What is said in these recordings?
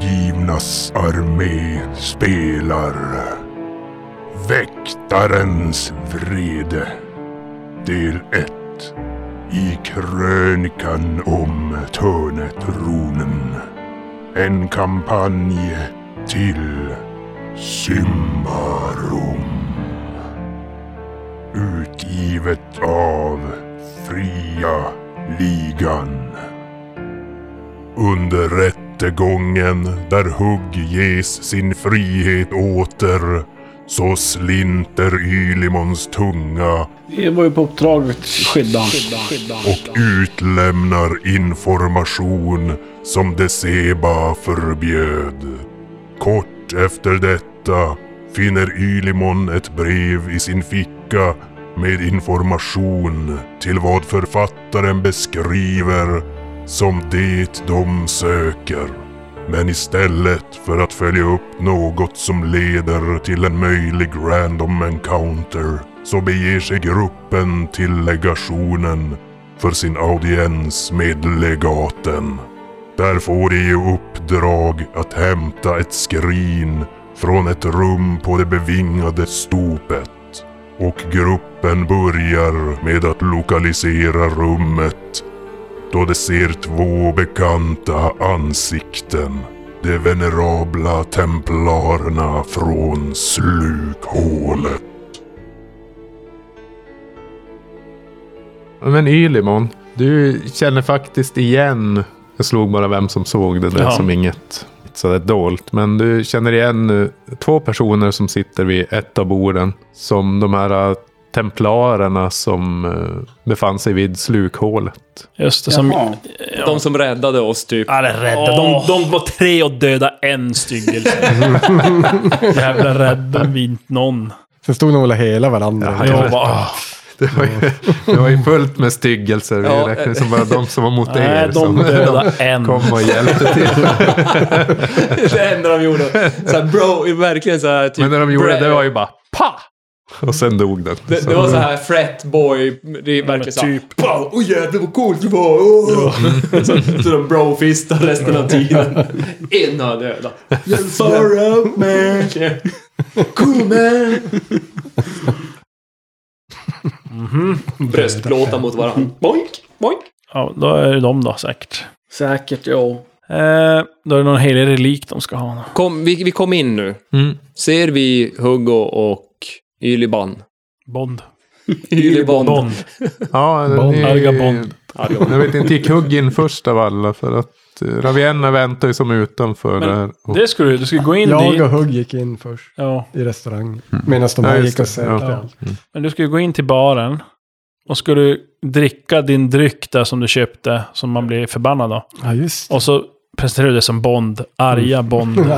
Lejonas armé spelar Väktarens vrede Del 1 I krönikan om Törnetronen En kampanj till Symbarum Utgivet av Fria Ligan under rättegången där Hugg ges sin frihet åter så slinter Ylimons tunga Det var ju på uppdrag att skydda och utlämnar information som Deseba förbjöd. Kort efter detta finner Ylimon ett brev i sin ficka med information till vad författaren beskriver som det de söker. Men istället för att följa upp något som leder till en möjlig random encounter så beger sig gruppen till legationen för sin audiens med legaten. Där får de i uppdrag att hämta ett skrin från ett rum på det bevingade stopet. Och gruppen börjar med att lokalisera rummet då de ser två bekanta ansikten. De venerabla templarerna från slukhålet. Men Ylimon, du känner faktiskt igen... Jag slog bara vem som såg det där Ja. som inget sådär dolt. Men du känner igen nu två personer som sitter vid ett av borden. Som de här eh, templarerna som eh, befann sig vid slukhålet. Just det, som... Jaha. De som räddade oss typ. Ja, det är rädda. De, de var tre och döda en styggel. Jävla rädda vi inte någon. Sen stod de väl hela varandra. Jag bara, ah, "Åh, Det var ju, det var ju fullt med styggelser. Vi Ja, räknade som bara de som var mot nej, er. de liksom. som döda en. kom och hjälpte till. det enda de gjorde. Så här, bro, verkligen så här, typ, Men när de gjorde det, det var ju bara... Pa! Och sen dog den. Alltså, Det, det var så här fret boy, det är verkligen så här, typ. Pow! Åh jävlar vad coolt det var! åh!" så, så de brofistar resten av tiden. Ena döda. You're far up man! Cool man! Mhm. Bröstplåtar mot varandra. Boink! Boink! Ja, då är det de då säkert. Säkert, ja. Eh, då är det någon helig relik de ska ha. Kom, vi, vi kom in nu. Mm. Ser vi Hugo och Yliban? Bond. Yliban. Bond. Ja, Bond. ni- Arga Bond. Jag vet inte, gick Hugg in först av alla för att eh, Ravienna väntar ju som utanför Men där. Och, Det skulle du. Du skulle gå in Jag dit. och Hugg gick in först Ja. i restaurangen. Medan de Ja, här just gick och det. sökte Ja. allt. Men du skulle gå in till baren. Och skulle dricka din dryck där som du köpte. Som man blir förbannad av. Ja, just det. Och så presenterar du det som Bond. Arga Bond.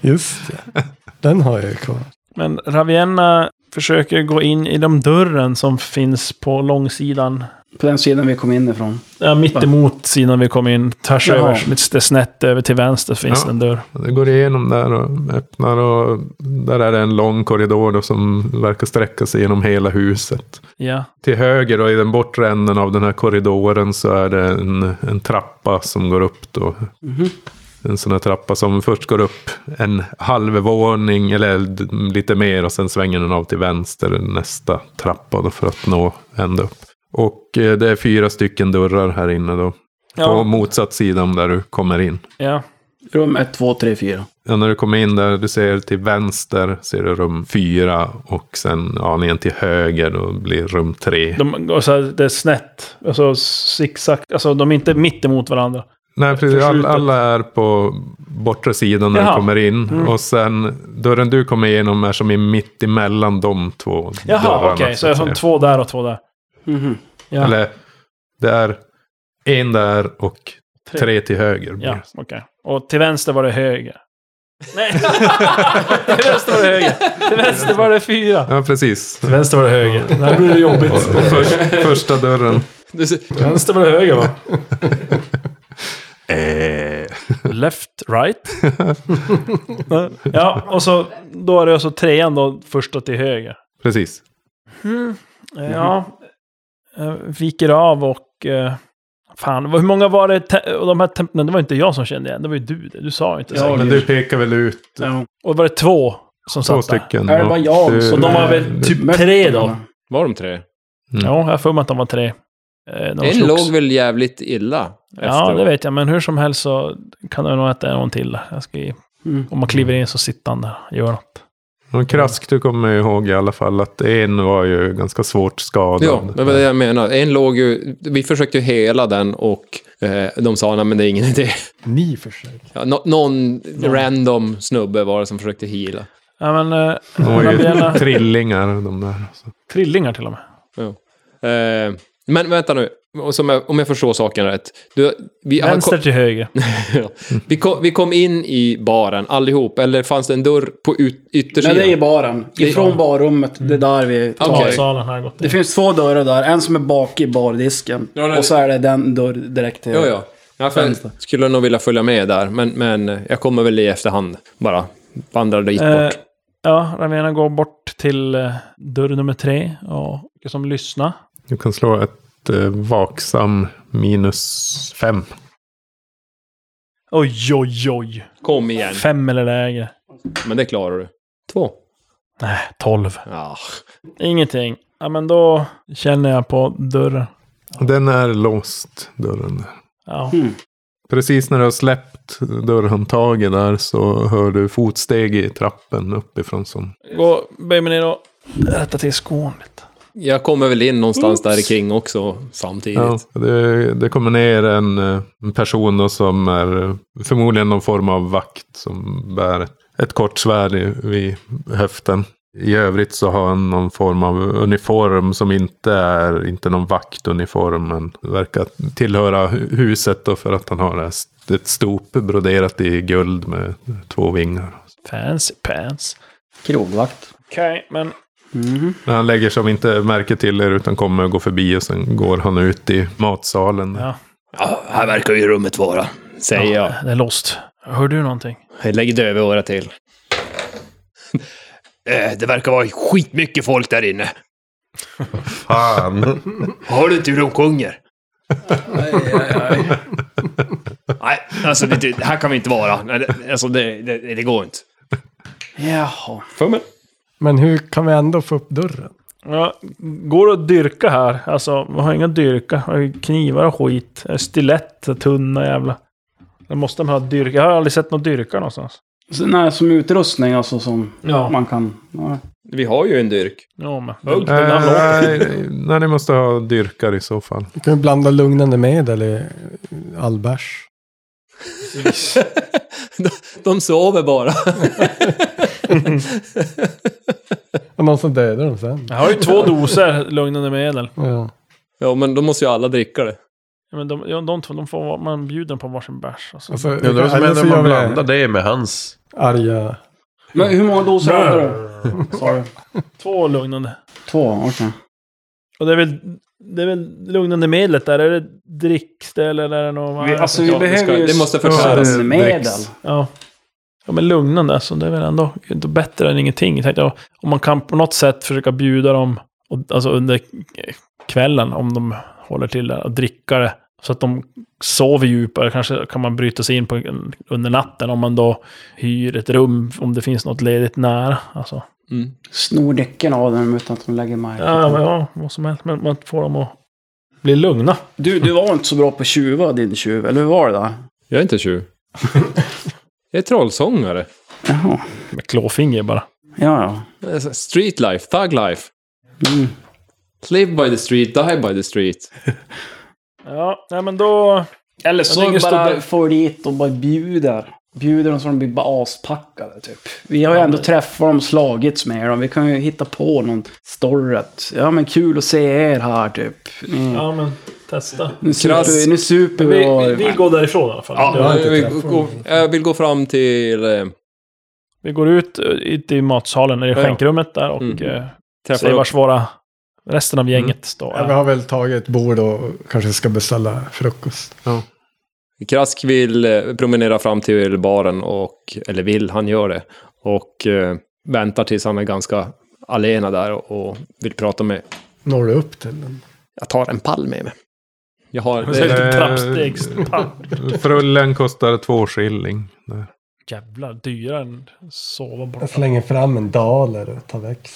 Just det. Den har jag ju kvar. Men Ravienna försöker gå in i de dörren som finns på långsidan. På den sidan vi kom in ifrån. Ja, mitt emot sidan vi kom in. Tvärs Jaha. över. Lite snett över till vänster finns Ja. det en dörr. det går igenom där och öppnar och där är det en lång korridor då som verkar sträcka sig genom hela huset. Ja. Till höger och i den bortre änden av den här korridoren så är det en, en trappa som går upp då. En sån här trappa som först går upp en halv våning eller d- lite mer och sen svänger den av till vänster nästa trappa då för att nå ända upp. Och eh, det är fyra stycken dörrar här inne då. På Ja. motsatt sida om där du kommer in. ja. Rum 1, 2, 3, 4. Ja, när du kommer in där, du ser till vänster ser du rum fyra och sen aningen till höger då blir rum tre. De, och så här, det är snett. Alltså zigzag. Alltså de är inte mitt emot varandra. Nej, precis, all, förskjutet. alla är på bortre sidan när Jaha. Mm. du kommer in. Och sen dörren du kommer igenom är som är mitt emellan de två Jaha, dörrarna. okej. Så att jag har säga. två där och två där. Mhm. Ja. Eller det är en där och tre, till höger. Ja, okej. Och till vänster var det höger. Nej! till vänster var det höger. Till vänster var det fyra. Ja, precis. Till vänster var det höger. Det här blir det jobbigt. Och först, första dörren. Du ser- Till vänster var det höger va? Eh. Left, right. ja, och så då är det alltså trean då, första till höger. Precis. Mm. Mm. Eh, Ja. Eh, Viker av och eh, Fan, vad- hur många var det? te- Och de här temp- nej, det var inte jag som kände igen, det var ju du. det. Du sa inte så. Ja. Men du pekar väl ut Ja. Och var det två som två satt där? stycken? Är det bara jag och, eh, som- Och de var väl typ Mötte tre då? varandra. Var de tre? Ja, jag har för mig att de var tre. eh, När de En slogs. låg väl jävligt illa Ja, efteråt. det vet jag. Men hur som helst så kan det nog att det är någon till. där. Jag ska, ge- Mm. om man kliver in så sitter han där och gör något. Men Krask, du kommer ihåg i alla fall att en var ju ganska svårt skadad. Ja, det var det jag menar. En låg ju, vi försökte ju hela den och eh, de sa nej men det är ingen idé. Ni försöker. Ja, nå- någon random snubbe var det som försökte heala. Ja, men... eh, De var ju Anna-Bjena- trillingar de där. Så. trillingar till och med. Eh, men vänta nu, Och som jag, om jag förstår saken rätt. Du, vi, han Vänster kom, till höger. ja. vi, kom, vi kom in i baren allihop, eller fanns det en dörr på yt, Nej, yttersidan? det är i baren. Ifrån barrummet, det är där vi tar. Okej. Salen har gått Det in. finns två dörrar där. En som är bak i bardisken. Ja, det- Och så är det den dörr direkt till... Ja, ja. ja för jag skulle nog vilja följa med där, men, men jag kommer väl i efterhand. Bara vandrar dit Eh, bort. ja, Ravena går bort till eh, dörr nummer tre och ska som lyssna. Du kan slå ett eh, vaksam minus fem. Oj, oj, oj. Kom igen, Fem eller lägre. men det klarar du. Två. Nej, tolv. Ja. Ingenting. Ja, men då känner jag på dörren. Och Den är låst, dörren. där. Ja. Precis när du har släppt dörrhandtaget där så hör du fotsteg i trappen uppifrån. Som. Gå, böj mig ner och rätta till skon lite. Jag kommer väl in någonstans där kring också samtidigt. Ja, det, det kommer ner en, eh, en person då som är eh, förmodligen någon form av vakt som bär ett, ett kort svärd i- vid höften. I övrigt så har han någon form av uniform som inte är inte någon vaktuniform. Men verkar tillhöra hu- huset då för att han har det här st- ett stop broderat i guld med två vingar. Fancy pants. Krogvakt. Okej, men Mhm. Men Han lägger som inte märke till er utan kommer och går förbi och sen går han ut i matsalen. Ja. Ja, här verkar ju rummet vara, säger jag. det är lost. Hör du någonting? jag. Lägg dövörat till. Eh, Det verkar vara skitmycket folk där inne. Fan! Har du inte hur de sjunger? Nej, alltså det, det här kan vi inte vara. Nej, det, alltså det, det, det går inte. Jaha. Men hur kan vi ändå få upp dörren? Ja, går det att dyrka här? Alltså, man har inga dyrka. Man har ju knivar och skit. Stilett, tunna jävla. Det måste man ha dyrka. Jag har aldrig sett någon dyrka någonstans. Så, nej, som utrustning alltså som Ja. man kan... Ja. Vi har ju en dyrk. Ja, men. Hugg. Den här låten. nej, nej, ni måste ha dyrkar i så fall. Vi kan ju blanda lugnande medel i all bärs. De, de sover bara. Och någon som dödar dem sen. Jag har ju två doser lugnande medel. Ja. Ja, men då måste ju alla dricka det. Ja, Men de, ja, de två, de får, vara- man bjuder på varsin bärs. Alltså. Alltså, Jag undrar vad som eller händer så om man gör vi blandar det med hans. Arga. Men hur många doser hade du? Sa du? Två lugnande. Två, okej. Och det är väl, det är väl lugnande medlet där? Är det dricks det eller är det något? Vi, alltså vi Ja, det behöver ska- ju det måste förtäras. medel. Dricks. Ja. Ja, men lugnande. Så det är väl ändå ändå bättre än ingenting. Jag tänkte, ja, om man kan på något sätt försöka bjuda dem och, alltså under eh, kvällen, om de håller till där, och dricka det. Så att de sover djupare. Kanske kan man bryta sig in på, under natten om man då hyr ett rum, om det finns något ledigt nära. Alltså. Snor däcken av dem utan att de lägger märke Ja, till. men, ja, vad som helst. Men man får dem att bli lugna. Du, du var inte så bra på att tjuva din tjuv, eller hur var det där? Jag är inte tjuv. Jag är trollsångare. Jaha. Med klåfinger bara. Ja, Alltså, Street life, thug life. ja. Mm. Live by the street, die by the street. Ja, nej, men då... Eller så tänker stå bara där- får dit och bara bjuder. Bjuder dem så de blir bara aspackade, typ. Vi har ju ändå träffat dem, slagits med dem. Vi kan ju hitta på någon story att, ja men kul att se er här, typ. Ni, Ja, men testa. nu krass. super, nu super Vi, vi och... vi, vi går därifrån i alla fall. Det- jag, vill gå, jag vill gå fram till... Eh, Vi går ut, eh, ut i matsalen, i Ja, ja. skänkrummet där och Mm. mm. träffa ser upp. vars våra resten av gänget står. Ja, vi har väl tagit ett bord och kanske ska beställa frukost. Krask vill eh, promenera fram till baren och... Eller vill, han gör det. Och eh, väntar tills han är ganska alena där och, och vill prata med... Når du upp till den? Jag tar en pall med mig. Jag har... Så är det Det, lite Eh, trappstegspapp. Frullen kostar två skilling. Nej. Jävlar, dyrare än sova bara. Jag slänger fram en daler och tar växt.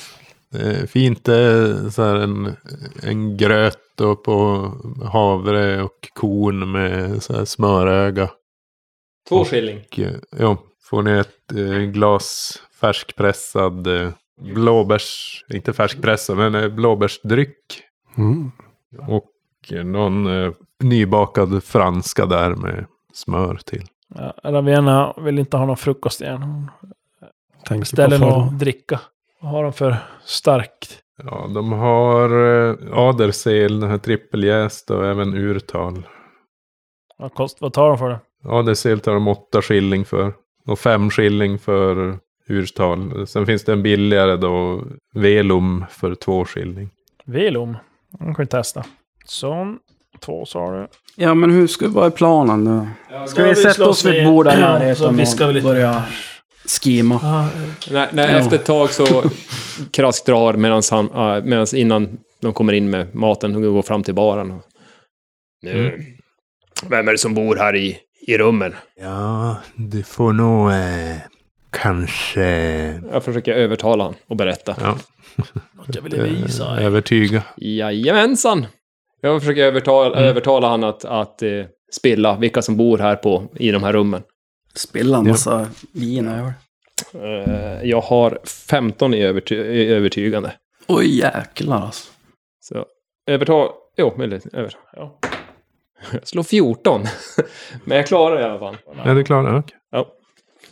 Det är Fint eh, så här en, en gröt då på havre och korn med så här smöröga. Två skilling. Och, eh, ja, får ni ett eh, glas färskpressad eh, blåbärs, inte färskpressad men eh, blåbärsdryck. Mm. Och eh, någon eh, nybakad franska där med smör till. Ja, Ravena vill inte ha någon frukost igen. Hon Tänker beställer på form. något att dricka. Vad har de för starkt? Ja, de har eh, adersel, den här trippeljäst och även urtal. Vad, kost, vad tar de för det? Ja, det ser tar de åtta skilling för. Och fem skilling för urtal. Sen finns det en billigare då, velum för två skilling. Velum. Den kan vi testa. Sån. Två sa du. Ja, men hur ska, vad är planen nu? Ska vi sätta oss vid ett bord där i Så närheten viskar vi och lite. börja skima? nej, nej, Ja. efter ett tag så Krask drar medans han, äh, medans innan de kommer in med maten och går fram till baren. Och, nu, Vem är det som bor här i, i rummen? Ja, du får nog eh, kanske Jag försöker övertala honom och berätta. Något jag ville visa. eh, er. övertyga. Jajamensan! Jag försöker övertala, övertala honom att, att eh, spilla vilka som bor här på, i de här rummen. Spilla en massa vin över. Eh, jag har 15 i, överty i övertygande. Oj, jäklar alltså. Så övertal... Jo, möjligt. Över. Ja. Jag slår 14. Men jag klarar det i alla fall. Är du klar? Ja, okej.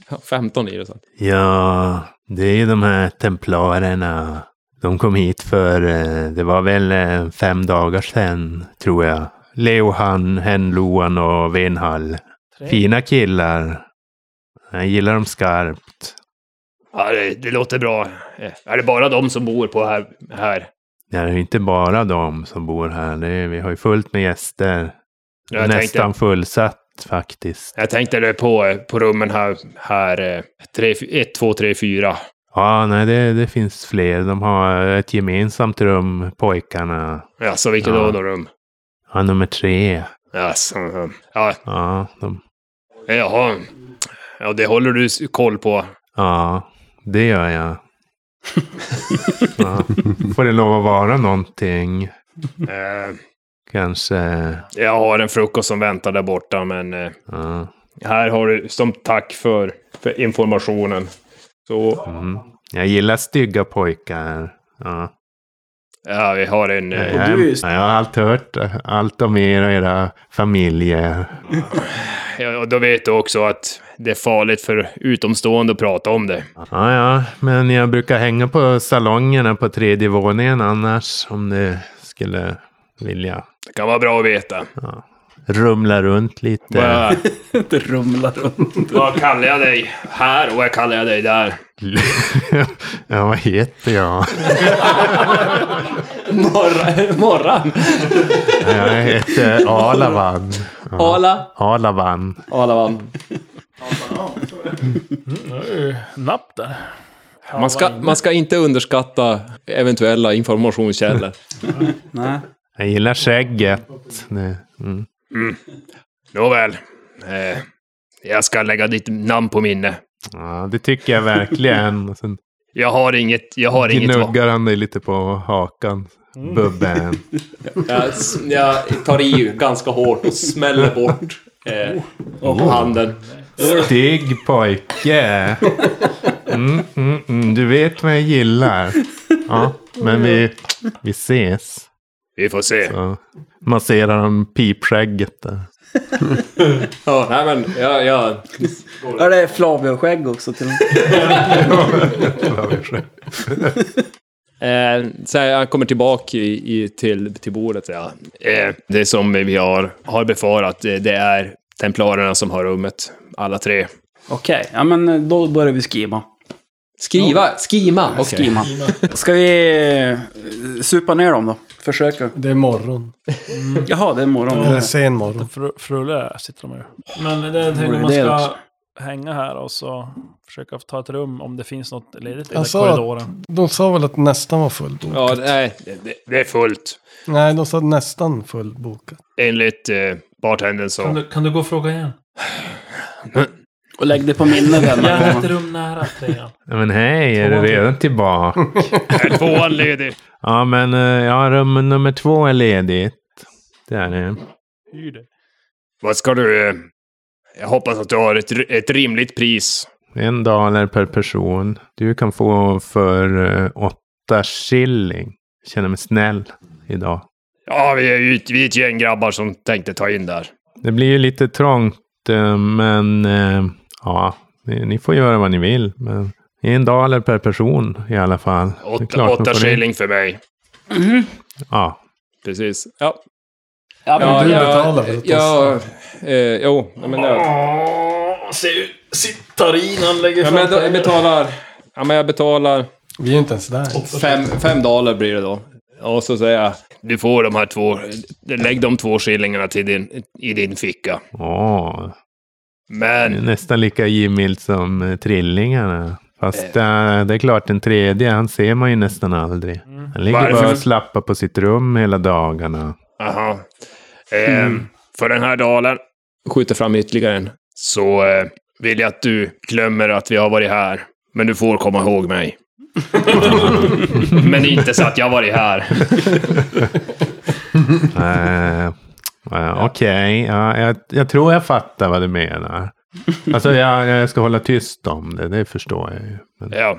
Jag har 15 i det. Så. Ja, det är ju de här templarerna. De kom hit för, eh, det var väl eh, fem dagar sedan, tror jag. Leohan, Henloan och Venhall. Tre. Fina killar. Jag gillar dem skarpt. Ja, det, det låter bra. Eh, Är det bara de som bor på här? här? Det är ju inte bara de som bor här. Det är, vi har ju fullt med gäster. Jag Nästan tänkte, fullsatt faktiskt. jag tänkte det på, eh, på rummen här. här eh, 1, 2, 3, 4. Ja, nej, det, det finns fler. De har ett gemensamt rum, pojkarna. Alltså vilket Ja. ja. då rum? Ja, nummer tre. Alltså, eh, ja, Ja, de jaha. Ja, det håller du s- koll på. Ja, det gör jag. ja. Får det lov att vara någonting? Eh, Kanske. Jag har en frukost som väntar där borta, men eh, Ja. här har du som tack för, för informationen. Så Mm. Jag gillar stygga pojkar. Ja. Ja, vi har en... Jag, Eh, du är ju- jag har alltid hört allt om er och era familjer. ja, eh, och då vet du också att det är farligt för utomstående att prata om det. Ja, ja, men jag brukar hänga på salongerna på tredje våningen annars. Om du skulle vilja Det kan vara bra att veta. rumla runt lite. Vad, Det rumlar runt. vad kallar jag dig här och vad kallar jag dig där? ja, vad heter jag? Morra, morran. Jag heter Alavan. Ja. Ala. Alavan. Ala vann. Napp där. Man ska, man ska inte underskatta eventuella informationskällor. Nej. Jag gillar skägget. Det- Mm. Nåväl. Eh, jag ska lägga ditt namn på minne. Ja, det tycker jag verkligen. Och Sen Jag har inget... Jag har inget... va- Gnuggar han dig lite på hakan. bubben. Jag, s- jag tar i ganska hårt och smäller bort eh, och Oh. handen. Stygg pojke. Mm, mm, mm. Du vet vad jag gillar. Ja, men vi, vi ses. Vi får se. Ja. Masserar han pipskägget där. Ja, nej men jag... jag Ja, det är Flavio-skägg också till Eh, så här, jag kommer tillbaka i, i, till, till bordet. Ja. Eh, det som vi har, har befarat, eh, det är templarerna som har rummet. Alla tre. Okej, ja men eh, då börjar vi skima. skriva, skima. okej. Skima. Ska vi eh, supa ner dem då? Försöka. Mm. Det är morgon. Jaha, det är morgon. Eller sen morgon. Mm. Fru, frulle sitter de ju. Men det, jag Vore tänker man det ska också? hänga här och så försöka ta ett rum om det finns något ledigt i Han alltså, sa att- korridoren. De sa väl att nästan var fullbokat? Ja, nej, det, det- det är fullt. Nej, de sa nästan fullbokat. Enligt eh, bartendern så. Kan du, kan du gå och fråga igen? Och lägg det på Jag minnet denna har ett gång. rum nära trean. Ja, Men hej, är du redan tillbaka? Är tvåan ledig? Ja, men eh, ja, rum nummer två är ledigt. Det är det. Hyr det. Vad ska du... Eh, jag hoppas att du har ett, r- ett rimligt pris. En daler per person. Du kan få för eh, åtta shilling. Känner mig snäll idag. Ja, vi är ju ett, vi är ett gäng grabbar som tänkte ta in där. Det blir ju lite trångt, eh, men eh, ja, ni ni får göra vad ni vill. Men det är en daler per person i alla fall. Det är Åtta, klart man åtta får det. shilling för mig. Ja, Precis. Ja, Ja, men ja, du, betalar väl ja, åt ja, eh, jo, ja, men jag, Se hur Citarin lägger ja, men jag betalar, ja, men jag betalar Vi är ju inte ens där. fem, fem daler blir det då. Och så säger jag, du får de här två, lägg de två skillingarna till din, i din ficka. åh, det är Men, nästan lika givmilt som eh, trillingarna. Fast eh, det är klart, den tredje, han ser man ju nästan aldrig. Han ligger Varför? bara och slappar på sitt rum hela dagarna. aha. Eh, För den här dalen, skjuter fram ytterligare en, så eh, vill jag att du glömmer att vi har varit här. Men du får komma ihåg mig. men inte så att jag har varit här. Eh, eh, Okej, ja, jag, jag tror jag fattar vad du menar. Alltså jag, jag ska hålla tyst om det, det förstår jag ju. Men, Ja.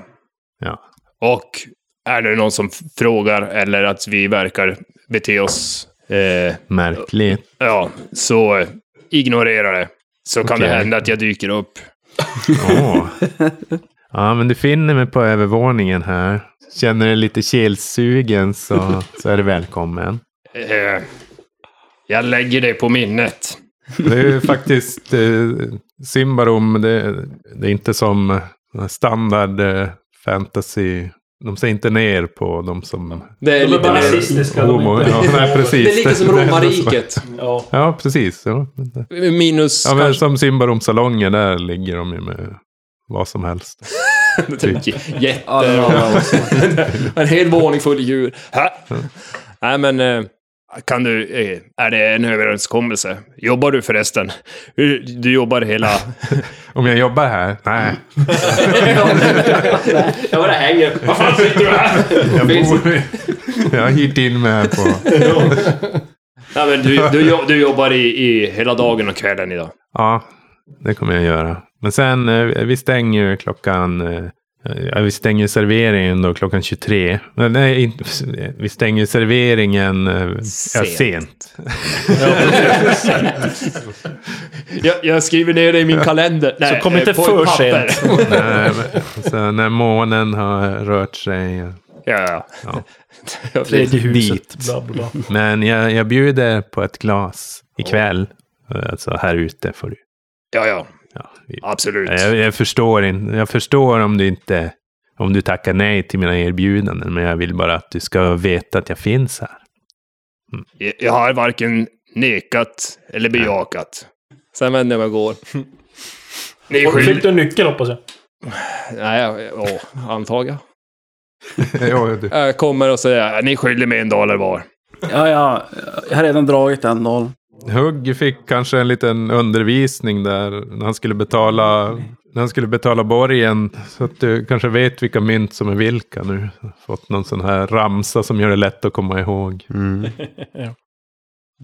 Ja. Och är det någon som f- frågar eller att vi verkar bete oss, eh, Märkligt. ja, så eh, ignorera det. Så kan det Okej. hända att jag dyker upp. Åh. Ja, men du finner mig på övervåningen här. Känner dig lite kelsugen så, så är du välkommen. Eh, jag lägger det på minnet. Det är ju faktiskt eh, Simbarom, det, det är inte som eh, standard eh, fantasy. De ser inte ner på de som Det är De är lite bara mer- rasistiska. homo. Ja, nej, precis. Det är lite som Det är så- romarriket. Ja. Ja, precis. Ja, Minus ja men kanske som Simbaromsalonger, där ligger de ju med vad som helst. typ Ja, det jätter. var- en hel våning full djur. Ha? Nej, men eh, kan du... Eh, är det en överenskommelse? Jobbar du förresten? Du, du jobbar hela... Om jag jobbar här? Nej. Jag bara hänger. Vad fan sitter du här? Jag, bor, jag har hyrt in mig här på... Nej, men du, du, jo- du jobbar i, i hela dagen och kvällen idag. Ja, det kommer jag göra. Men sen, eh, vi stänger ju klockan... eh, Ja, vi stänger ju serveringen då klockan 23. Men Nej, inte- vi stänger ju serveringen sent. Ja, Sent. sent. Jag, jag skriver ner det i min kalender. Nej, Så kom eh, inte på ett för papper. Nej, men- så när månen har rört sig. ja, ja. Ja. ja. Tredje Dit. huset. Bla, bla, bla. Men jag, jag bjuder på ett glas ikväll. Alltså här ute får du. ja, ja. Ja, vi, Absolut. jag, jag, förstår in, jag förstår om du inte... Om du tackar nej till mina erbjudanden. Men jag vill bara att du ska veta att jag finns här. Jag, jag har varken nekat eller bejakat. Sen vänder jag mig och går. Ni är Och Fick skyldiga... du en nyckel hoppas jag? Nej, jag- åh, antar jag. ja, du. Jag kommer och säger... Ja, ni är skyldiga mig en dollar var. ja, ja, jag har redan dragit en noll. Hugg fick kanske en liten undervisning där när han skulle betala, när han skulle betala borgen. Så att du kanske vet vilka mynt som är vilka nu. Fått någon sån här ramsa som gör det lätt att komma ihåg. Mm.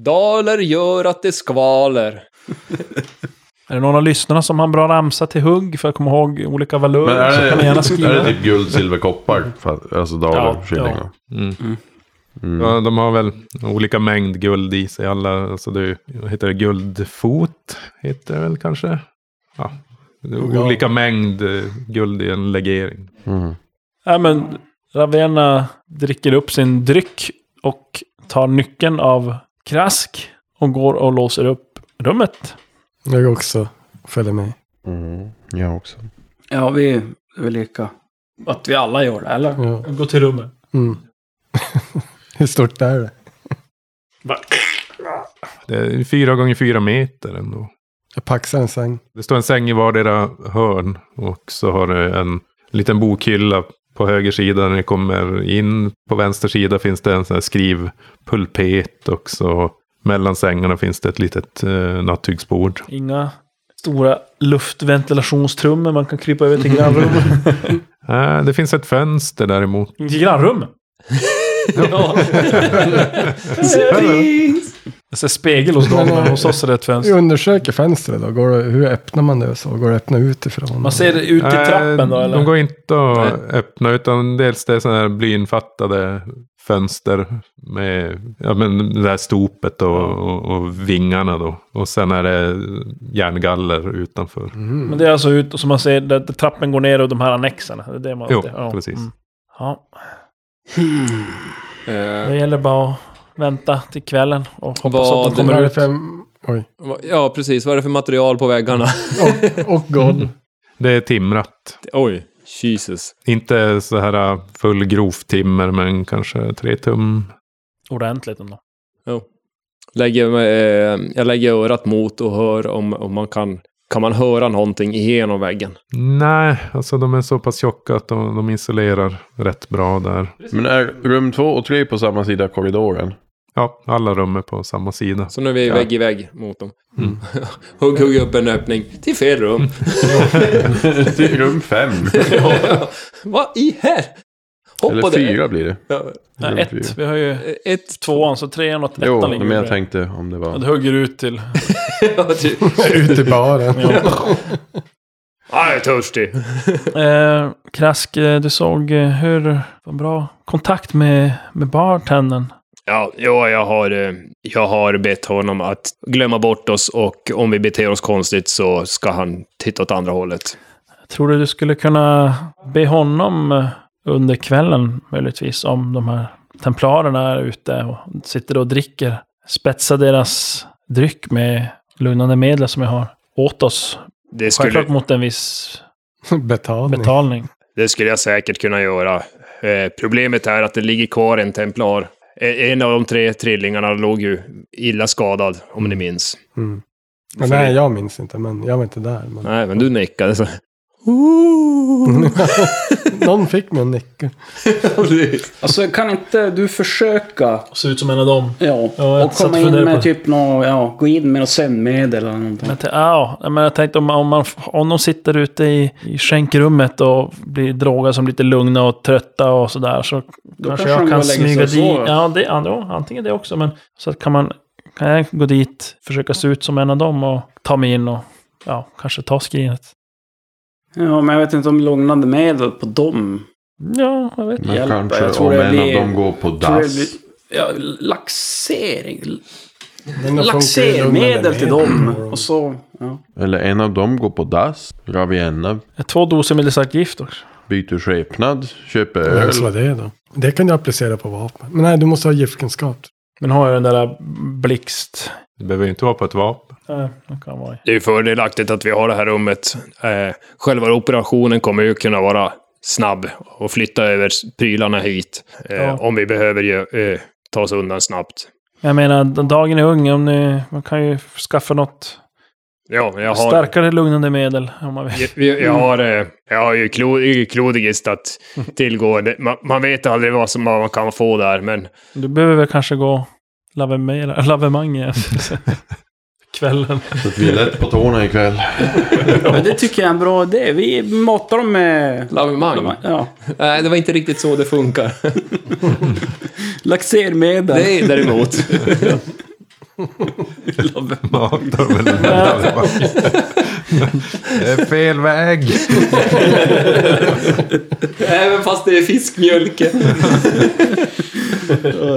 Daler gör att det skvaler. Är det någon av lyssnarna som har en bra ramsa till hugg för att komma ihåg olika Men valörer så är kan ni gärna det, skriva. är det typ guld, silver, koppar? Fa- Alltså daler, Ja, skillingar? Mm. Mm. Ja, de har väl olika mängd guld i sig alla. Alltså det, vad heter det? Guldfot heter det väl kanske? Ja. Det är Olika mängd eh, guld i en legering. Mm. Nej, men Ravenna dricker upp sin dryck och tar nyckeln av Krask och går och låser upp rummet. Jag också. Följer med. Mm. Jag också. Ja, vi är väl lika. Att vi alla gör det, eller? Ja. Gå till rummet. Mm. Hur stort är det? Det är fyra gånger fyra meter ändå. Jag paxar en säng. Det står en säng i vardera hörn och så har du en liten bokhylla på höger sida när ni kommer in. På vänster sida finns det en sån här skrivpulpet och så mellan sängarna finns det ett litet eh, nattduksbord. Inga stora luftventilationstrummor man kan krypa över till grannrummet. Eh, det finns ett fönster däremot. till grannrummet? Ja. Jag ser spegel hos dem, men hos oss är det ett Vi fönster. undersöker fönstret då. Går det, hur öppnar man det och så? Går det att öppna utifrån? Man ser ut i Eh, trappen då eller? De går inte att öppna utan dels det är sådana här blyinfattade fönster med ja, men det där stopet och, och, och vingarna då. Och sen är det järngaller utanför. Mm. Men det är alltså ut, som man ser, där där trappen går ner och de här annexerna. Det är det man, Jo, det, precis. Ja, Eh, det gäller bara att vänta till kvällen och hoppas Vad- att de Vad kommer är det ut. för... Oj. vad- ja, precis. Vad är det för material på väggarna? Och, och golv. Det är timrat. Oj, Jesus. Inte så här full grovt timmer men kanske tre tum. Ordentligt ändå. Lägger, eh, jag lägger örat mot och hör om, om man kan... Kan man höra någonting igenom väggen? Nej, alltså de är så pass tjocka att de, de isolerar rätt bra där. Men är rum två och tre på samma sida korridoren? Ja, alla rum är på samma sida. Så nu är vi Ja. vägg i vägg mot dem. Mm. hugg, hugg upp en öppning. Till fel rum. Det är rum fem. Vad i här? Eller Hoppade. fyra blir det. Ja, Nej, Rum ett. fyra. Vi har ju Ett, tvåan, så trean och ettan Jo, ligger men jag bredvid. tänkte om det Ja, var... det hugger ut till... Ja, typ. Ut i baren. Ah, jag är törstig. Eh, Krask, eh, du såg eh, hur... Vad bra kontakt med, med bartendern. Ja, ja jag, har, eh, jag har bett honom att glömma bort oss och om vi beter oss konstigt så ska han titta åt andra hållet. Tror du du skulle kunna be honom eh, under kvällen möjligtvis om de här templarerna är ute och sitter och dricker? Spetsa deras dryck med lugnande medel som jag har åt oss. Det Självklart skulle, mot en viss Betalning. betalning. det skulle jag säkert kunna göra. Eh, problemet är att det ligger kvar en templar. Eh, En av de tre trillingarna låg ju illa skadad, om ni minns. Mm. Men nej, jag minns inte. Men jag var inte där. Men... Nej, men du nickade så. Någon fick mig en nick. Alltså kan inte du försöka Ser ut som en av dem. Ja, Ja, jag och satt och komma in funderade på med det. typ någon, ja, gå in med något sömnmedel eller någonting. Men, jag tänkte- ja, ja, men jag tänkte om, om, man, om de sitter ute i, i skänkrummet och blir drogade som lite lugna och trötta och sådär så kanske kanske jag de går kan och lägger sig smyga dit. och sover. Ja, det, ja, jo, antingen det också, men så att kan man kan jag gå dit, försöka se ut som en av dem och ta mig in och ja, kanske ta skrinet. Ja, men jag vet inte om lugnande medel på dem. Ja, jag vet Men Hjälp, kanske jag tror om det en blir- av dem går på Tror det dass. blir- Ja, laxering. Men då funkar ju lugn eller Laxermedel till dem. Mm. Och så, ja. Eller en av dem går på dass. Ravienna inte. Två doser med starkt gift också. byter skepnad. Köper Ja, öl. så var det då. Det kan du applicera på vapen. Men nej, du måste ha giftkunskap. Men har jag den där blixt... Det behöver ju inte vara på ett vapen. Nej, den kan vara i. Det är ju fördelaktigt att vi har det här rummet. Eh, själva operationen kommer ju kunna vara snabb och flytta över s- prylarna hit. Eh, Ja. Om vi behöver ju, eh, ta oss undan snabbt. Jag menar, dagen är ung. Om ni, man kan ju skaffa något Ja, jag har... starkare lugnande medel om man vill. Jag, jag, jag, har, eh, jag har ju klo- klodigist att tillgå. Det- Man, man vet aldrig vad som vad man kan få där, men Du behöver väl kanske gå lavemera- lavemang igen. Kvällen. Så att vi är lätt på tårna ikväll. Men det tycker jag är en bra idé. Vi matar dem med... Lavemang? Ja. Nej, det var inte riktigt så det funkar. Laxermedel. Det är däremot. Matar väl en lavemang. Det är fel väg. Även fast det är fiskmjölke.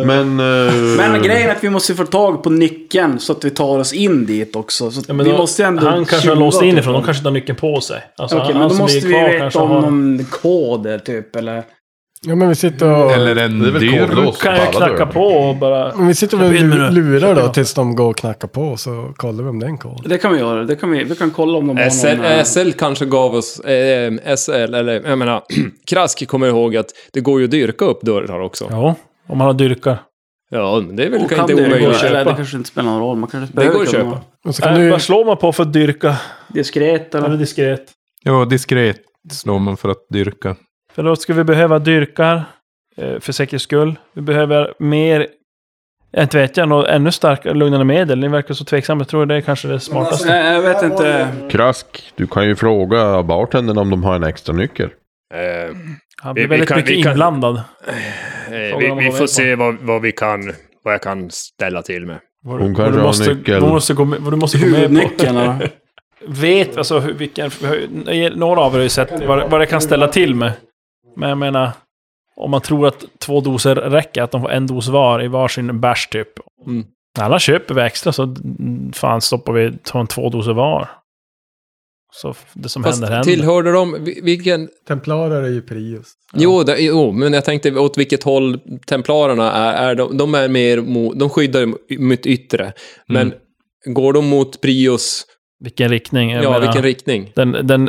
Men... eh, Men grejen är att vi måste få tag på nyckeln så att vi tar oss in dit också. Så att vi måste ju ändå han kanske har tjuva låst typ. inifrån. De kanske inte har nyckeln på sig. Alltså, Okej, han men då som måste ligger vi kvar veta kanske om har- någon koder typ, eller? Ja, men vi sitter och... Eller en Det är väl dyr. kodlås på kan alla jag knacka dörrar. på och bara... Men vi sitter Köp in med det. och lurar Köp in då det. tills de går och knackar på så kollar vi om det är en kod. Det kan vi göra. Det kan vi, vi kan kolla om de har SL, någon... eh, SL kanske gav oss... Eh, eh, SL, eller jag menar... Krask kommer ihåg att det går ju att dyrka upp dörrar också. Ja, om man har dyrkar. Ja, men det är väl Och kanske inte det, omöjligt gå- att köpa. Eller det kanske inte spelar någon roll. Man kanske Det behöver går att kunna köpa. vara Och så kan Äh, du, Vad slår man på för att dyrka? Diskret Eller eller... diskret? Ja, diskret slår man för att dyrka. För då ska vi behöva dyrkar, eh, för säkerhets skull. Vi behöver mer, inte vet jag, något ännu starkare lugnande medel. Ni verkar så tveksamma. Jag tror det är kanske alltså- det smartaste. Nej, jag vet inte. Krask, du kan ju fråga bartendern om de har en extra nyckel. Eh, Han Vi- blir vi väldigt kan- vi mycket kan- inblandad. eh, Frågan vi, om vi vad får vi se vad, vad vi kan, vad jag kan ställa till med. Vad Hon du- kanske vad du har måste, nyckel. Vad du måste gå med, vad du måste gå med på. Huvudnyckeln eller? Vet alltså hur, vilken... hur- Några av er har ju sett vad, vad det kan ställa till med. Men jag menar, om man tror att två doser räcker, att de får en dos var i varsin bärs typ. Mm. Alla köper vi extra så mm, fan stoppar vi tar en två doser var. Så f- det som Fast händer händer. tillhörde de, vi- vilken, templarer är ju prius. Jo, det, jo, men jag tänkte åt vilket håll templarerna är. är de, de, är mer mot, de skyddar ju mot yttre. Men går de mot prios, Vilken riktning? ja, Jag menar, vilken riktning? Den, den Den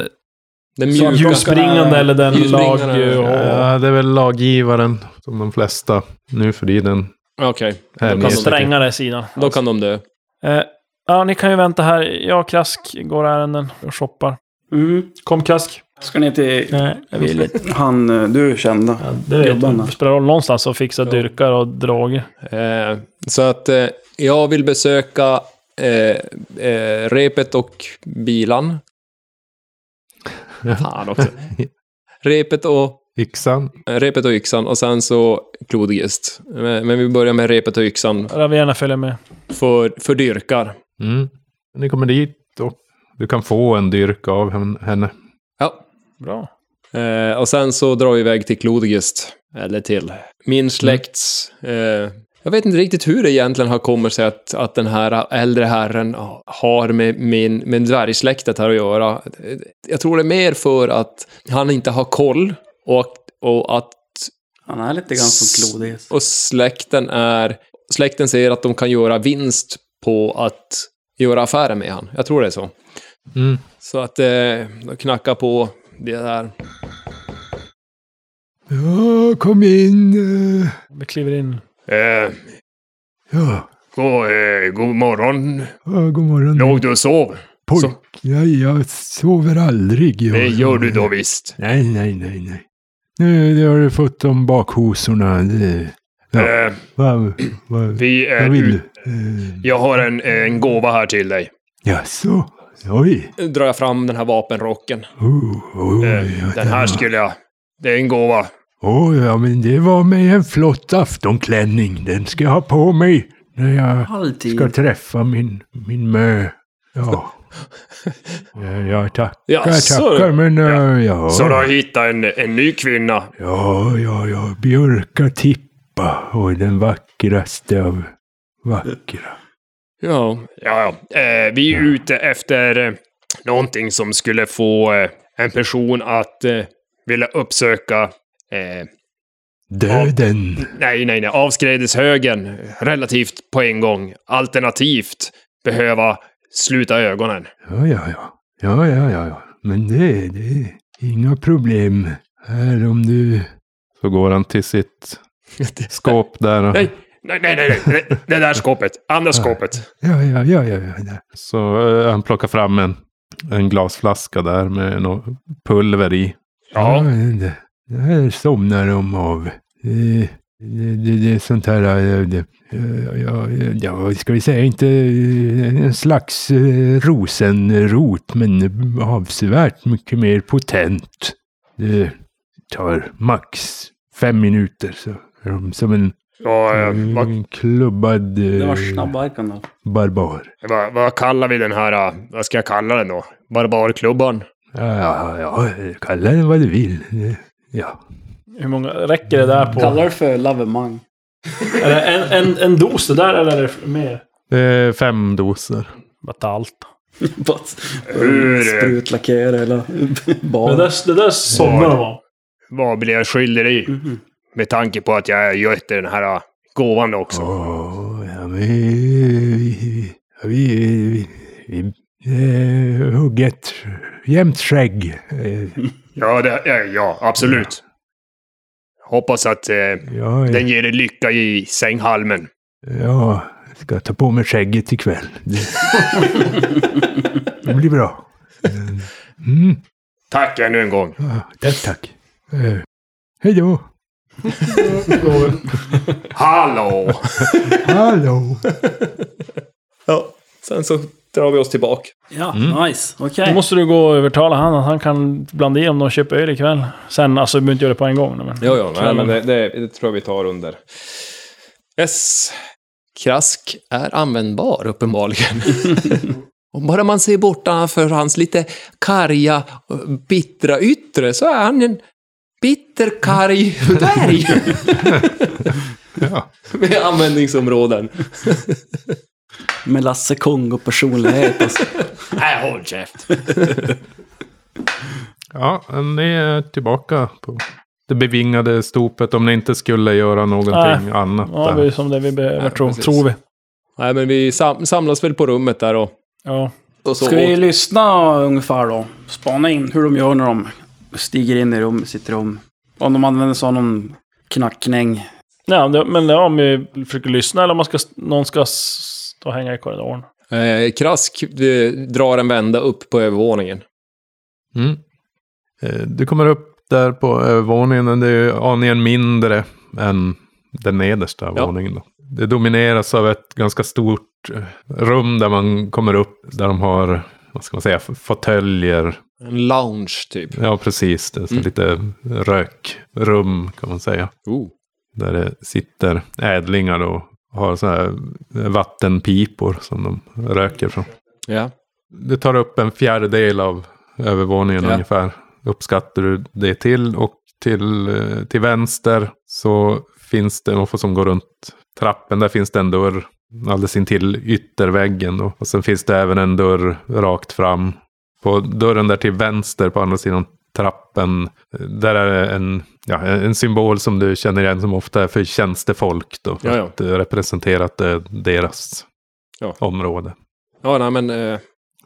Så att de mjuka. ska- ljusbringande eller den lag... eh, Ljusbringande. Och, Ja, det är väl laggivaren, som de flesta nu för tiden. Okej, är Då och kan med. de- strängare sidan. då kan de dö. Eh, ja, ni kan ju vänta här. Jag och Krask går ärenden och shoppar. Mm. Kom Krask. Ska ni till Nej, jag vill inte. han eh, du kände? Ja, det vet Jobbarna. jag. spelar roll någonstans att fixa dyrkar och droger. Eh, så att eh, jag vill besöka eh, eh, repet och bilan. Fan också. repet och eh, Yxan. Repet och yxan och sen så klodgist. Men men vi börjar med repet och yxan Jag vill gärna följa med. för, för dyrkar. Mm. Ni kommer dit och du kan få en dyrk av hen- henne. Ja. Bra. Eh, och sen så drar vi iväg till Klodgist. Eller till min släkts... Eh, jag vet inte riktigt hur det egentligen har kommit sig att, att den här äldre herren har med, min, med dvärgsläktet här att göra. Jag tror det är mer för att han inte har koll och, och att Han är lite grann som Clodius. och släkten är... Släkten säger att de kan göra vinst på att göra affärer med han. Jag tror det är så. Mm. Så att eh, de knackar på det där. Ja, kom in. eh. Vi kliver in. Eh, Ja, god, eh, god morgon. ja god morgon. Låg du och sov? Pojk, så- nej, jag sover aldrig. jag. Det gör du då visst. Nej, nej, nej, nej. Nu det har du fått de bakhosorna. Det- Ja. Eh, Vad va, vi vad är vill ut. du? Eh, Jag har en, en gåva här till dig. Jaså? Oj. Nu drar jag fram den här vapenrocken. Oh, oh, Eh, ja, den här var- skulle jag... Det är en gåva. Åh, ja, men det var med en flott aftonklänning. Den ska jag ha på mig när jag Alltid. ska träffa min, min mö. Ja. Ja, Jag tackar, Ja, så- tackar, men eh, ja. Så du har hittat en, en ny kvinna. Ja, ja, ja. Björka Tippa. Oj, den vackraste av vackra. Ja. Ja, ja. Eh, vi är ute efter eh, någonting som skulle få eh, en person att eh, vilja uppsöka eh, Döden. Nej, nej, nej. Avskrädeshögen relativt på en gång. Alternativt behöva sluta ögonen. Ja, ja, ja. Ja, ja, ja, ja. Men det, det är inga problem. Här om du... Så går han till sitt skåp där. Och... Nej, nej, nej, nej. nej. Det, det där skåpet. Andra skåpet. Ja, ja, ja, ja, ja. där. Så eh, han plockar fram en, en glasflaska där med något pulver i. Ja. men det, det här somnar de av. Det, det, det, det är sånt här... eh, Det, eh, ja, ja, ja, ska vi säga inte eh, en slags eh, rosenrot, men avsevärt mycket mer potent. Det tar max fem minuter, så är de som en, Och, eh, Mm. vad, en klubbad eh, Det var snabbverkande. barbar. vad, vad kallar vi den här, eh, vad ska jag kalla den då? Barbarklubban? Ja, ja, ja, kalla den vad du vill. Ja. Hur många räcker det där på? Kallar det för lavemang. Är det en, en, en dos det där eller är det mer? Eh, fem doser. Bara ta allt. Bara Hur- eh, Sprutlackera eller Det barn. där, det där somnar de om. Vad blir jag skyldig i? Mm. Med tanke på att jag gett dig den här eh, gåvan också. Åh, ja, men, vi, vi, vi, vi eh, hugget jämnt skägg. Eh, Ja, det, ja, ja absolut. Hoppas att eh, Ja, den ger dig lycka i sänghalmen. ja, jag ska ta på mig skägget ikväll. Det, det blir bra. Mm, Tack ännu en gång. ja, tack, tack. Eh, Hej då. Hallå! Hallå. Ja, sen så drar vi oss tillbaka. Ja, Mm. nice. Okej. Då måste du gå och övertala han att han kan blanda i om de köper öl ikväll. Sen, alltså du behöver inte göra det på en gång. Men. Ja, ja, nej, Kvällen. men det, det, det tror jag vi tar under. Yes. Krask är användbar, uppenbarligen. Och bara man ser bortanför hans lite karga, bittra yttre så är han en bitter, karg dvärg. Ja. Med användningsområden. Med Lasse Kongo-personlighet. Alltså. Nej, håll käft. Ja, ni är tillbaka på det bevingade stopet om ni inte skulle göra någonting annat. Ja, där. det är som det vi behöver, Ja, tror, precis. tror vi. Nej, men vi sam- samlas väl på rummet där och... Ja. och så Ska vi lyssna ungefär då? Spana in hur de gör när de stiger in i rum, sitt rum. Om de använder sig av någon knackning. Nej, det- men ja, om vi försöker lyssna eller om man ska, någon ska stå och hänga i korridoren. Eh, Krask eh, drar en vända upp på övervåningen. Mm. Eh, Du kommer upp där på övervåningen. och Det är aningen mindre än den nedersta Ja. våningen. Då. Det domineras av ett ganska stort eh, rum där man kommer upp. Där de har, vad ska man säga, f- fåtöljer. En lounge, typ. Ja, precis. Det är så Mm. lite rökrum kan man säga. Oh. Där det sitter ädlingar och har sådana här eh, vattenpipor som de röker från. Ja. Det tar upp en fjärdedel av övervåningen Ja. ungefär. Uppskattar du det till. Och till, eh, till vänster så finns det, man får som går runt trappen, där finns det en dörr alldeles intill ytterväggen. Då. Och sen finns det även en dörr rakt fram. På dörren där till vänster på andra sidan trappen, eh, där är det en, ja, en symbol som du känner igen som ofta är för tjänstefolk. Då, för Ja, ja. att eh, representera att det är deras Ja. område. Ja, nej, men... Eh,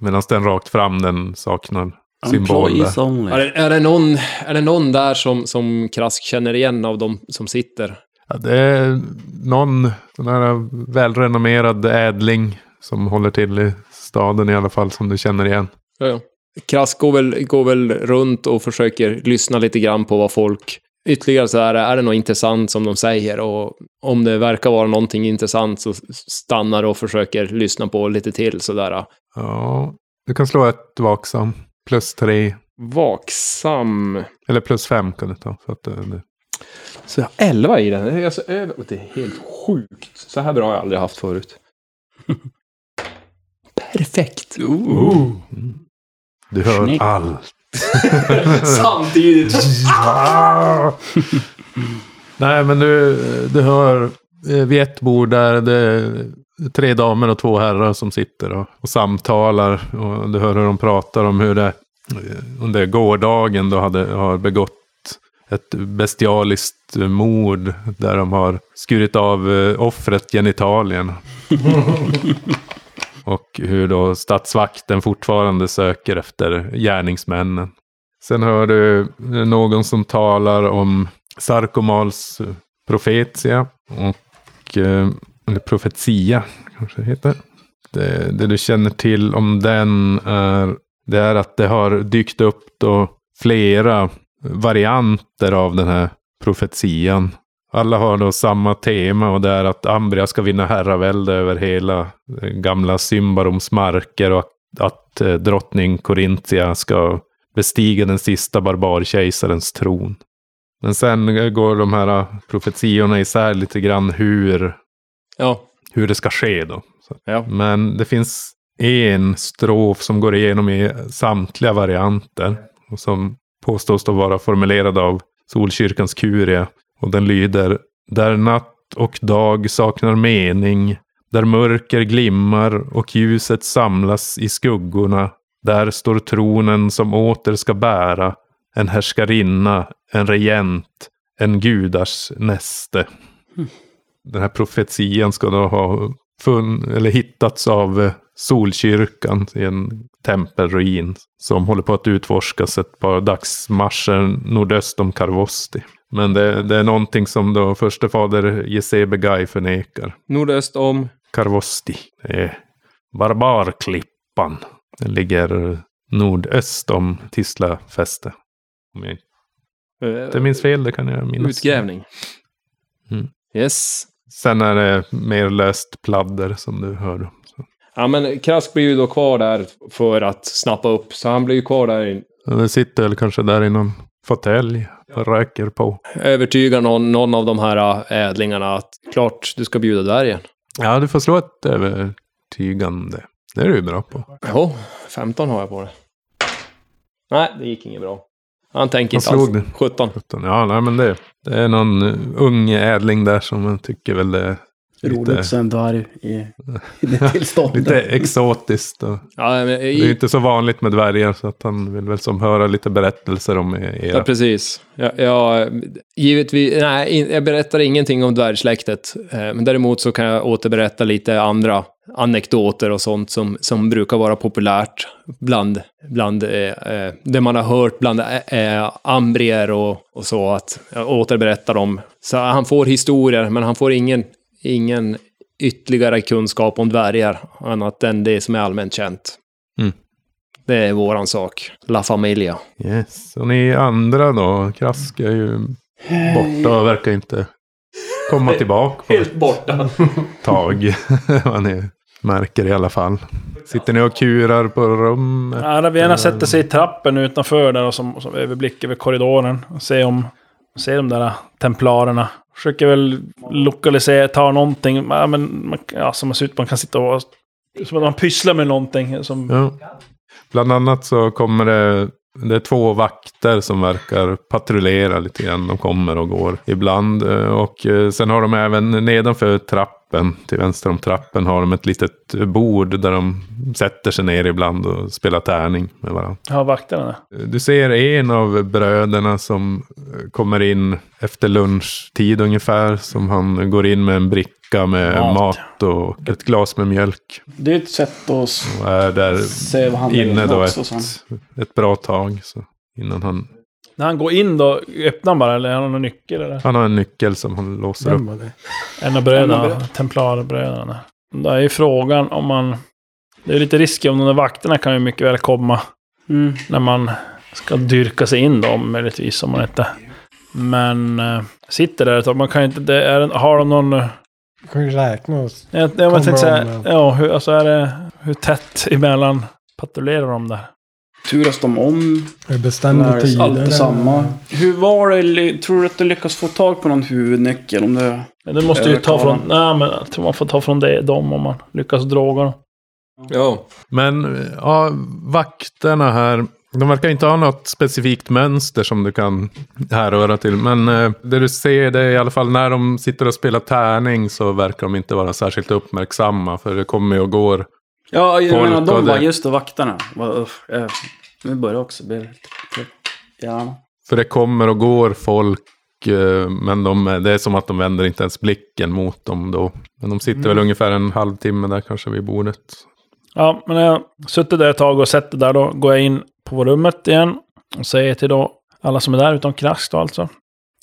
Medan den rakt fram den saknar symbol. Employees only. är, det, är, det någon, är det någon där som, som Krask känner igen av de som sitter? Ja, det är någon sån här välrenommerad ädling som håller till i staden i alla fall som du känner igen. Ja, ja. Krask går väl, går väl runt och försöker lyssna lite grann på vad folk... Ytterligare så här, är det något intressant som de säger? Och om det verkar vara någonting intressant så stannar och försöker lyssna på lite till eh. sådär. Ja, du kan slå ett vaksam. Plus tre. Vaksam. Eller plus fem kan du ta. För att, eh, det- Så jag har 11 i den. Det är, alltså över... och det är helt sjukt. Så här bra har jag aldrig haft förut. Perfekt. Mm. Du hör Snyggt. allt. Samtidigt. Nej, men du, du hör eh, vid ett bord där det är tre damer och två herrar som sitter och, och samtalar. Och du hör hur de pratar om hur det eh, under gårdagen då hade, har begått ett bestialiskt eh, mord där de har skurit av eh, offret genitalien. och hur då statsvakten fortfarande söker efter gärningsmännen. Sen hör du någon som talar om Sarkomals eh, profetia. Och, eh, eller profetia kanske det heter. Det, det du känner till om den är, det är att det har dykt upp då flera varianter av den här profetian. Alla har då samma tema och det är att Ambria ska vinna herravälde över hela eh, gamla Symbaroms marker och att, att eh, drottning Corinthia ska bestiga den sista barbarkejsarens tron. Men sen eh, går de här eh, profetiorna isär lite grann hur, Ja. hur det ska ske då. Så. Ja. Men det finns en strof som går igenom i samtliga varianter och som påstås då vara formulerad av Solkyrkans kurie. Och den lyder Där natt och dag saknar mening, där mörker glimmar och ljuset samlas i skuggorna, där står tronen som åter ska bära en härskarinna, en regent, en gudars näste. Den här profetian ska då ha funn, eller hittats av eh, Solkyrkan i en tempelruin som håller på att utforskas ett par dagsmarscher nordöst om Karvosti. Men det, det är någonting som då förste fader Jesebe Gai förnekar. Nordöst om? eh, Karvosti. Det är Barbarklippan. Den ligger nordöst om Tislafäste. Om jag eh, inte minns fel, det kan jag minnas. Utgrävning. Mm. Yes. Sen är det mer löst pladder som du hör. Ja, men Krask blir ju då kvar där för att snappa upp, så han blir ju kvar där. i- Det sitter väl kanske där i någon fåtölj och röker på. Övertygar någon, någon av de här äh, ädlingarna att klart du ska bjuda där igen. Ja, du får slå ett övertygande. Det är du ju bra på. Jo, 15 har jag på det. Nej, det gick inget bra. Han tänker Vad inte alls. slog du? 17. Ja, nej, men det, det är någon eh, ung ädling där som man tycker väl det är Roligt lite, sen dvärg i, i det tillståndet. lite exotiskt. Och, Ja, men, det är ju i, inte så vanligt med dvärgar så att han vill väl som höra lite berättelser om ja, era. precis. Jag, jag, givetvis, nej, in- jag berättar ingenting om dvärgsläktet. eh, Men däremot så kan jag återberätta lite andra anekdoter och sånt som, som brukar vara populärt bland, bland eh, eh, det man har hört bland eh, ambrier och, och så. Att jag återberättar dem. Så han får historier, men han får ingen, ingen ytterligare kunskap om dvärgar annat än det som är allmänt känt. Mm. Det är våran sak. La Familia. Yes. Och ni andra då? Krask är ju borta och verkar inte komma tillbaka på Helt borta. ett tag. Vad ni märker i alla fall. Sitter ni och kurar på rummet? Ja, Ravena sätter sig i trappen utanför där och som, som överblick över korridoren. Och ser om, ser de där templarerna. Försöker väl lokalisera, ta någonting, ja, men, man- ja, som ser ut man kan sitta och... Som att man pysslar med någonting. Som, Ja. Bland annat så kommer det, det är två vakter som verkar patrullera lite grann. De kommer och går ibland. eh, Och eh, sen har de även nedanför trappen, till vänster om trappen, har de ett litet bord där de sätter sig ner ibland och spelar tärning med varandra. ja, vakterna där. Du ser en av bröderna som eh, kommer in efter lunchtid ungefär. Som han går in med en bricka med Mat. mat, och ett glas med mjölk. Det är ett sätt att s- Och är där se vad han inne vill då också, ett, så han- ett bra tag. Så innan han, När han går in då, öppnar han bara eller har han någon nyckel eller? han har en nyckel som han låser upp. Vem var det? En av En av bröderna, brö- templarbröderna. Då är ju frågan om man... Det är lite riskigt om de där vakterna kan ju mycket väl komma Mm. när man ska dyrka sig in dem möjligtvis om man inte... Men eh, sitter där ett tag, man kan ju inte... Det är, har de någon... eh, Vi kan ju räkna oss. Jag, jag, jag tänkte Kommer de, säga, ja, hur, alltså är det... Hur tätt emellan patrullerar de där? Turas de om? Vi bestämde tider. Allt är samma. Hur var det? ly- Tror du att du lyckas få tag på någon huvudnyckel? Om det... Men Det måste ju Eller ta kan från... Nej, man- men jag tror man får ta från det, dem om man lyckas droga dem. Ja. Men eh, ja, vakterna här. De verkar inte ha något specifikt mönster som du kan härröra till. Men eh, det du ser det är i alla fall när de sitter och spelar tärning så verkar de inte vara särskilt uppmärksamma. För det kommer ju och går. Ja, jag Folk menar de hade- bara, just det, vakterna. Bara, uff, eh, Nu börjar jag också bli lite trött. Ja. För det kommer och går folk. eh, Men de, det är som att de vänder inte ens blicken mot dem då. Men de sitter väl ungefär en halvtimme där kanske vid bordet. Ja, men när jag suttit där ett tag och sett det där då går jag in på rummet igen och säger till då alla som är där, utom Krask då alltså.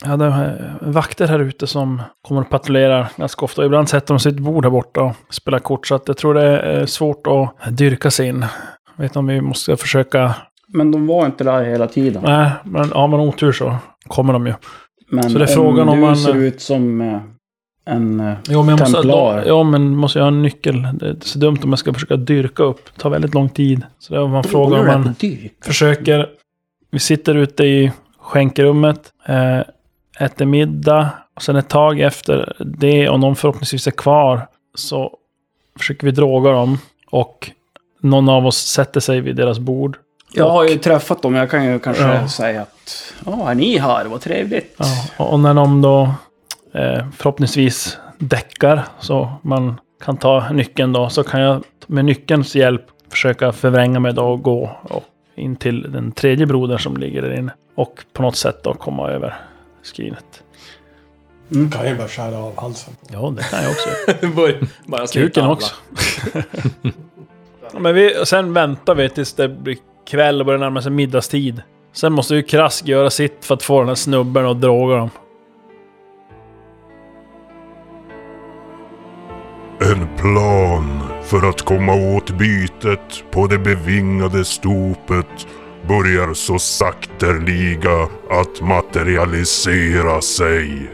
Jag hade eh, vakter här ute som kommer och patrullerar ganska ofta. Ibland sätter de sitt bord här borta och spelar kort. Så att jag tror det är svårt att dyrka sig in. Jag vet inte om vi måste försöka... Men de var inte där hela tiden. Nej, men har man otur så kommer de ju. Men så det är frågan om du man- ser ut som eh, en... eh, Jo, men jag måste, Templar. ja, men måste jag ha en nyckel. Det är så dumt om jag ska försöka dyrka upp. Det tar väldigt lång tid. Så det är om man frågar om du är man... rätt dyr. försöker. Vi sitter ute i skänkerummet, eh, äter middag och sen ett tag efter det, om någon förhoppningsvis är kvar, så försöker vi droga dem och någon av oss sätter sig vid deras bord. Jag har ju träffat dem, jag kan ju kanske Ja. säga att... Ja, är ni här? Vad trevligt. Ja, och när de då eh, förhoppningsvis däckar så man kan ta nyckeln då, så kan jag med nyckelns hjälp försöka förvränga mig då och gå och in till den tredje brodern som ligger där inne. Och på något sätt då komma över skrinet. Kan ju bara skära av halsen. Ja, det kan jag också. Bara snitta Kuken alla. också. Ja, Men vi, och sen väntar vi tills det blir kväll och börjar närma sig middagstid. Sen måste ju Krask göra sitt för att få den här snubben att droga dem. En plan för att komma åt bytet på det bevingade stopet börjar så sakterliga att materialisera sig.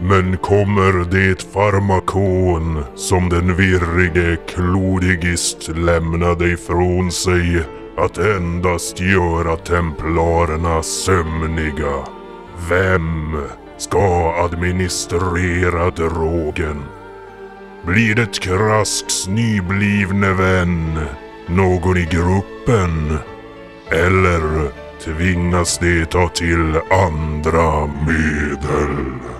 Men kommer det farmakon som den virrige Klodigist lämnade ifrån sig att endast göra templarerna sömniga? Vem ska administrera drogen? Blir det Krasks nyblivne vän någon i gruppen? Eller tvingas de ta till andra medel?